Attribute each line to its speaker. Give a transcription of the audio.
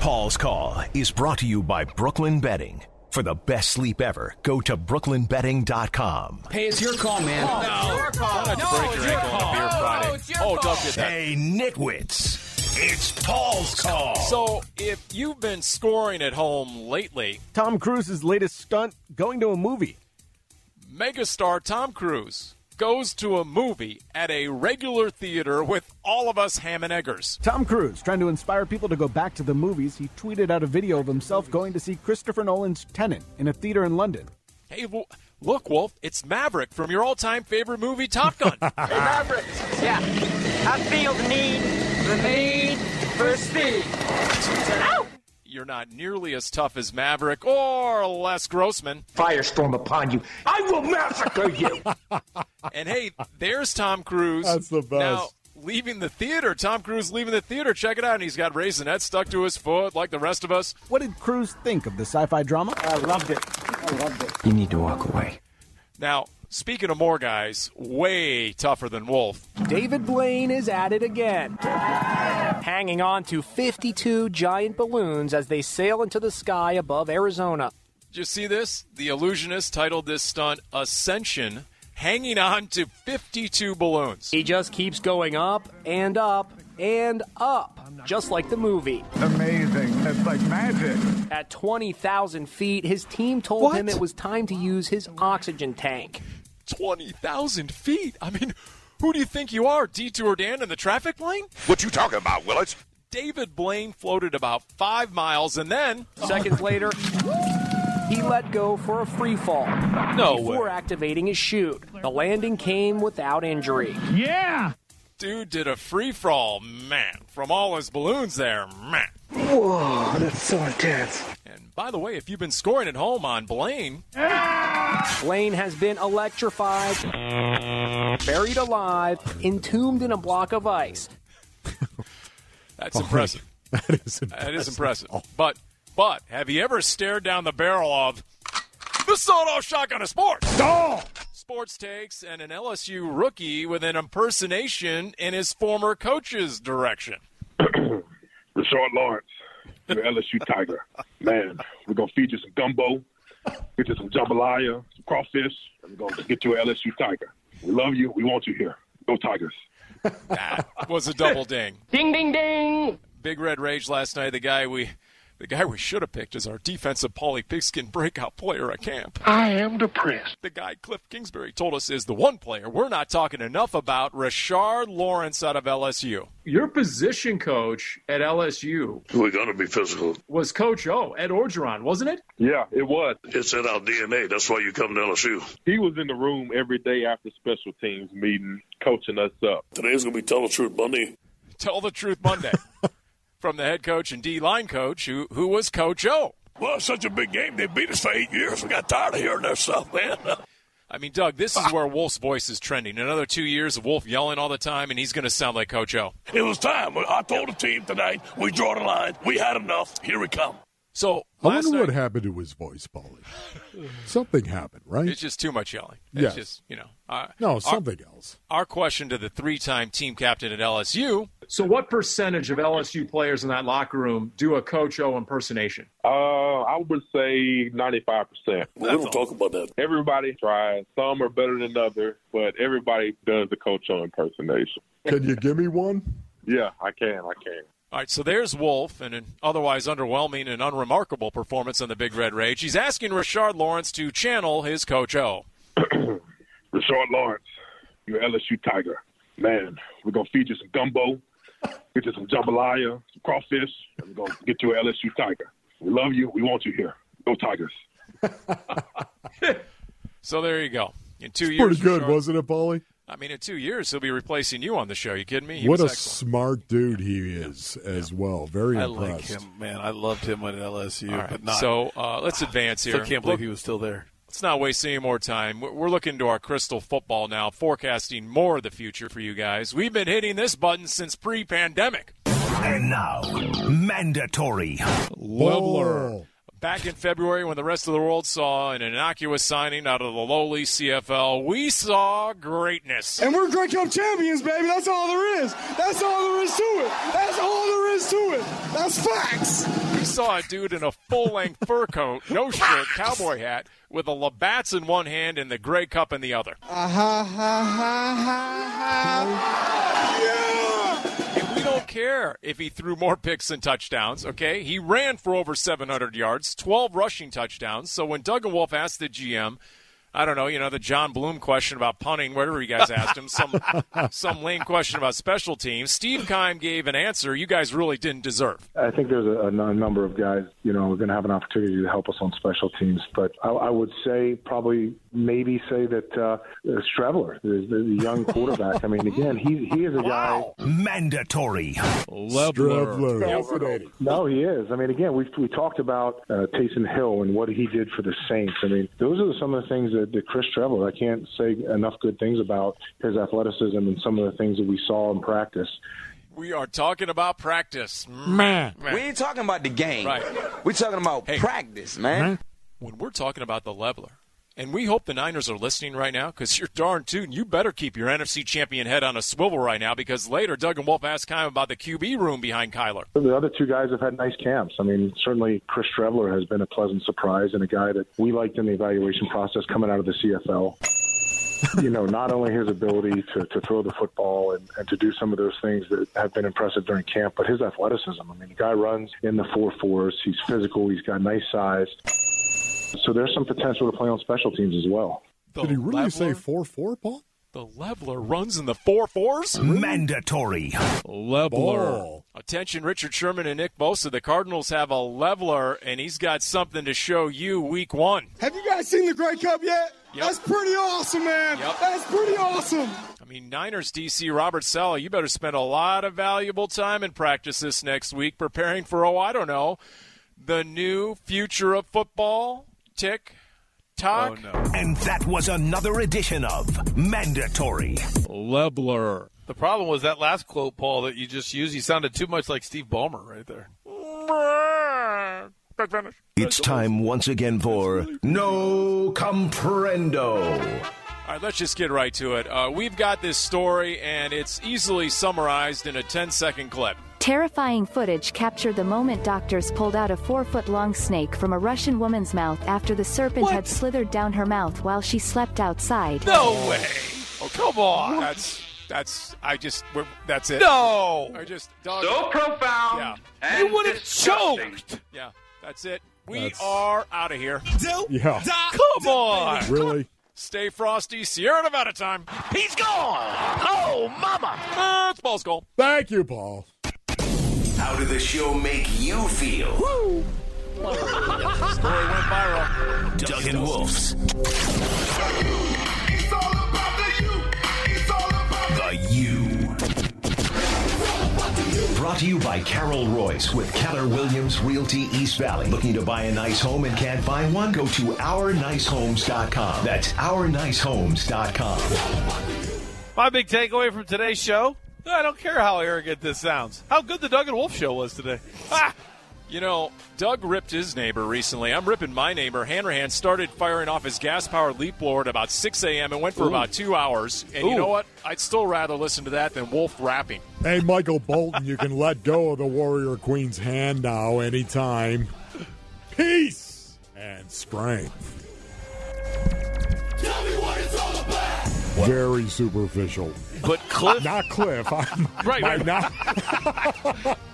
Speaker 1: Paul's Call is brought to you by Brooklyn Betting. For the best sleep ever, go to brooklynbetting.com.
Speaker 2: Hey, it's your call, man.
Speaker 3: No.
Speaker 4: Your call.
Speaker 3: Not to
Speaker 4: No,
Speaker 3: break
Speaker 4: it's
Speaker 3: your
Speaker 4: your
Speaker 3: ankle on
Speaker 4: call.
Speaker 3: a beer
Speaker 4: No,
Speaker 3: Friday.
Speaker 4: it's your
Speaker 3: oh, don't
Speaker 4: call.
Speaker 3: get that.
Speaker 1: Hey, nitwits, it's Paul's Call.
Speaker 3: So, if you've been scoring at home lately,
Speaker 5: Tom Cruise's latest stunt going to a movie.
Speaker 3: megastar Tom Cruise goes to a movie at a regular theater with all of us ham and eggers.
Speaker 5: Tom Cruise trying to inspire people to go back to the movies. He tweeted out a video of himself going to see Christopher Nolan's Tenet in a theater in London.
Speaker 3: Hey, wo- look, Wolf, it's Maverick from your all-time favorite movie, Top Gun.
Speaker 4: Yeah. I feel the need, the need for speed.
Speaker 3: You're not nearly as tough as Maverick or Les Grossman.
Speaker 6: firestorm upon you. I will massacre you.
Speaker 3: And hey, there's Tom Cruise.
Speaker 7: That's the best.
Speaker 3: Now, leaving the theater, Tom Cruise leaving the theater. Check it out, and he's got raisinets stuck to his foot, like the rest of us.
Speaker 5: What did Cruise think of the sci fi drama?
Speaker 6: you need to walk away.
Speaker 3: Now, speaking of more guys, way tougher than Wolf.
Speaker 8: David Blaine is at it again, hanging on to 52 giant balloons as they sail into the sky above Arizona.
Speaker 3: Did you see this? The illusionist titled this stunt "Ascension," hanging on to 52 balloons.
Speaker 8: He just keeps going up and up and up, just like the movie.
Speaker 7: Amazing. It's like magic.
Speaker 8: At 20,000 feet, his team told him it was time to use his oxygen tank.
Speaker 3: 20,000 feet. I mean, who do you think you are, Detour Dan in the traffic lane?
Speaker 9: What you talking about, Willis?
Speaker 3: David Blaine floated about five miles and then,
Speaker 8: Seconds later, he let go for a free fall
Speaker 3: no
Speaker 8: before activating his chute. The landing came without injury.
Speaker 3: dude did a free fall, man, from all his balloons there, man.
Speaker 6: Whoa, that's so intense.
Speaker 3: And by the way, if you've been scoring at home on Blaine,
Speaker 8: Blaine has been electrified, buried alive, entombed in a block of ice.
Speaker 3: that's impressive.
Speaker 7: That is Oh.
Speaker 3: That is impressive. But but have you ever stared down the barrel of the sawed-off shotgun of sports? Sports takes and an LSU rookie with an impersonation in his former coach's direction.
Speaker 10: Rashard Lawrence, your LSU Tiger. Man, we're gonna feed you some gumbo, get you some jambalaya, some crawfish, and we're gonna get you an LSU Tiger. We love you. We want you here. Go Tigers.
Speaker 3: That was a double ding.
Speaker 4: Ding, ding, ding.
Speaker 3: Big Red Rage last night. The guy we, the guy we should have picked as our defensive Pauly Pigskin breakout player at camp.
Speaker 10: I am depressed.
Speaker 3: The guy Cliff Kingsbury told us is the one player we're not talking enough about. Rashard Lawrence out of LSU.
Speaker 11: Your position coach at LSU
Speaker 9: We're going to be physical.
Speaker 11: was Coach O, Ed Orgeron, wasn't it?
Speaker 10: Yeah, it was.
Speaker 9: It's in our DNA. That's why you come to LSU.
Speaker 10: He was in the room every day after special teams meeting, coaching us up.
Speaker 9: Today's going to be Tell the Truth Monday.
Speaker 3: Tell the truth Monday from the head coach and D line coach who who was Coach O.
Speaker 9: Well, it's such a big game. They beat us for eight years. We got tired of hearing their stuff, man.
Speaker 3: I mean, Doug, this
Speaker 7: Ah.
Speaker 3: is where Wolf's voice is trending. Another two years of Wolf yelling all the time, and he's going to sound like Coach O.
Speaker 9: It was time. I told the team tonight, we draw the line. We had enough. Here we come.
Speaker 3: So
Speaker 7: I
Speaker 3: last
Speaker 7: wonder
Speaker 3: night,
Speaker 7: what happened to his voice, Paulie. Something happened, right?
Speaker 3: it's just too much yelling. It's
Speaker 7: Yes.
Speaker 3: just you know. Uh,
Speaker 7: no,
Speaker 3: our,
Speaker 7: something else.
Speaker 3: our question to the three-time team captain at LSU
Speaker 11: So, what percentage of LSU players in that locker room do a Coach O impersonation?
Speaker 10: Uh, I would say ninety-five percent.
Speaker 9: We don't talk about that.
Speaker 10: Everybody tries. Some are better than others, but everybody does the coach on impersonation.
Speaker 7: Can you give me one?
Speaker 10: Yeah, I can. I can.
Speaker 3: All right, so there's Wolf and an otherwise underwhelming and unremarkable performance on the Big Red Rage. He's asking Richard Lawrence to channel his Coach O.
Speaker 10: Rashard Lawrence, your LSU Tiger. Man, we're gonna feed you some gumbo, get you some jambalaya, some crawfish, and we're gonna get you an LSU Tiger. We love you. We want you here. Go Tigers.
Speaker 3: So there you go. In two years,
Speaker 7: Pretty good,
Speaker 3: Rashard-
Speaker 7: wasn't it, Paulie?
Speaker 3: I mean, in two years he'll be replacing you on the show. You kidding me? He
Speaker 7: What a
Speaker 3: was excellent.
Speaker 7: smart dude he is as well. Very
Speaker 12: I like
Speaker 7: impressed.
Speaker 12: him, man. I loved him at LSU,
Speaker 3: All right,
Speaker 12: but not.
Speaker 3: so uh, let's advance here.
Speaker 12: I can't
Speaker 3: Look,
Speaker 12: believe he was still there.
Speaker 3: let's not waste any more time. We're, we're looking to our crystal football now, forecasting more of the future for you guys. We've been hitting this button since pre-pandemic.
Speaker 1: And now, mandatory.
Speaker 7: Bull.
Speaker 3: Back in February, when the rest of the world saw an innocuous signing out of the lowly CFL, we saw greatness.
Speaker 2: And we're Grey Cup champions, baby. That's all there is. That's all there is to it. That's all there is to it. That's facts.
Speaker 3: We saw a dude in a full length fur coat, no shirt, cowboy hat, with a Labatt's in one hand and the Grey Cup in the other.
Speaker 2: Ah, ha, ha, ha, ha, ha. Yeah.
Speaker 3: And we don't care if he threw more picks than touchdowns, okay? He ran for over 700 yards, 12 rushing touchdowns. So when Doug and Wolf asked the GM, I don't know, you know, the John Bloom question about punting, whatever you guys asked him, some some lame question about special teams, Steve Kime gave an answer you guys really didn't deserve.
Speaker 13: I think there's a, a number of guys, you know, are going to have an opportunity to help us on special teams. But I, I would say, probably, maybe say that uh, Strebler is the, the young quarterback. I mean, again, he he is a guy
Speaker 1: mandatory.
Speaker 7: Strebler.
Speaker 13: No, he is. I mean, again, we we talked about uh, Taysom Hill and what he did for the Saints. I mean, those are some of the things that, that Chris Strebler. I can't say enough good things about his athleticism and some of the things that we saw in practice.
Speaker 3: We are talking about practice.
Speaker 14: Man.
Speaker 3: Man.
Speaker 14: We ain't talking about the game.
Speaker 3: Right.
Speaker 14: We're talking about practice, man.
Speaker 3: When we're talking about the leveler, and we hope the Niners are listening right now because you're darn tootin'. You better keep your NFC champion head on a swivel right now because later Doug and Wolf asked Kime about the QB room behind Kyler.
Speaker 13: The other two guys have had nice camps. I mean, certainly Chris Trevler has been a pleasant surprise and a guy that we liked in the evaluation process coming out of the CFL. you know, not only his ability to, to throw the football and, and to do some of those things that have been impressive during camp, but his athleticism. I mean, the guy runs in the four fours. He's physical. He's got nice size. So there's some potential to play on special teams as well.
Speaker 7: Did he really say four four, Paul?
Speaker 3: The leveler runs in the four fours?
Speaker 1: Mandatory.
Speaker 12: Leveler.
Speaker 3: Attention, Richard Sherman and Nick Bosa. The Cardinals have a leveler, and he's got something to show you week one.
Speaker 2: Have you guys seen the Grey Cup yet? That's pretty awesome, man. That's pretty awesome.
Speaker 3: I mean, Niners DC Robert Sala, you better spend a lot of valuable time in practice this next week preparing for, oh, I don't know, the new future of football. Tick, tock.
Speaker 1: And that was another edition of Mandatory.
Speaker 12: Leveler. The problem was that last quote, Paul, that you just used. He sounded too much like Steve Ballmer right there.
Speaker 3: Big finish.
Speaker 1: It's time once again for No Comprendo.
Speaker 3: All right, let's just get right to it. Uh, we've got this story, and it's easily summarized in a 10 second clip.
Speaker 15: Terrifying footage captured the moment doctors pulled out a four foot long snake from a Russian woman's mouth after the serpent had slithered down her mouth while she slept outside.
Speaker 3: No way. Oh, come on. That's that's I just we're, that's it.
Speaker 12: No.
Speaker 3: I just
Speaker 4: So profound
Speaker 3: Yeah.
Speaker 4: and You would've disgusting. choked.
Speaker 3: Yeah. That's it. We
Speaker 7: That's-
Speaker 3: are out of here.
Speaker 7: Yeah.
Speaker 3: Come on.
Speaker 7: Really?
Speaker 3: Stay frosty. Sierra Nevada time. He's gone. Oh, mama. That's Paul's goal.
Speaker 7: Thank you, Paul.
Speaker 1: How did the show make you feel?
Speaker 3: Story went viral.
Speaker 1: Doug and Wolf's. The U. Brought to you by Carol Royce with Keller Williams Realty East Valley. Looking to buy a nice home and can't find one? Go to OurNiceHomes.com. That's OurNiceHomes.com.
Speaker 12: My big takeaway from today's show I don't care how arrogant this sounds. How good the Doug and Wolf show was today. Ah!
Speaker 3: You know, Doug ripped his neighbor recently. I'm ripping my neighbor. Hanrahan started firing off his gas powered leap blower at about 6 a.m. and went for
Speaker 12: Ooh.
Speaker 3: about two hours. And you
Speaker 12: Ooh.
Speaker 3: know what? I'd still rather listen to that than Wolf rapping.
Speaker 7: Hey, Michael Bolton, you can let go of the Warrior Queen's hand now anytime. Peace and strength. Very superficial.
Speaker 12: But Cliff.
Speaker 7: Not Cliff. I'm,
Speaker 12: Right,
Speaker 7: my
Speaker 12: right.
Speaker 7: not-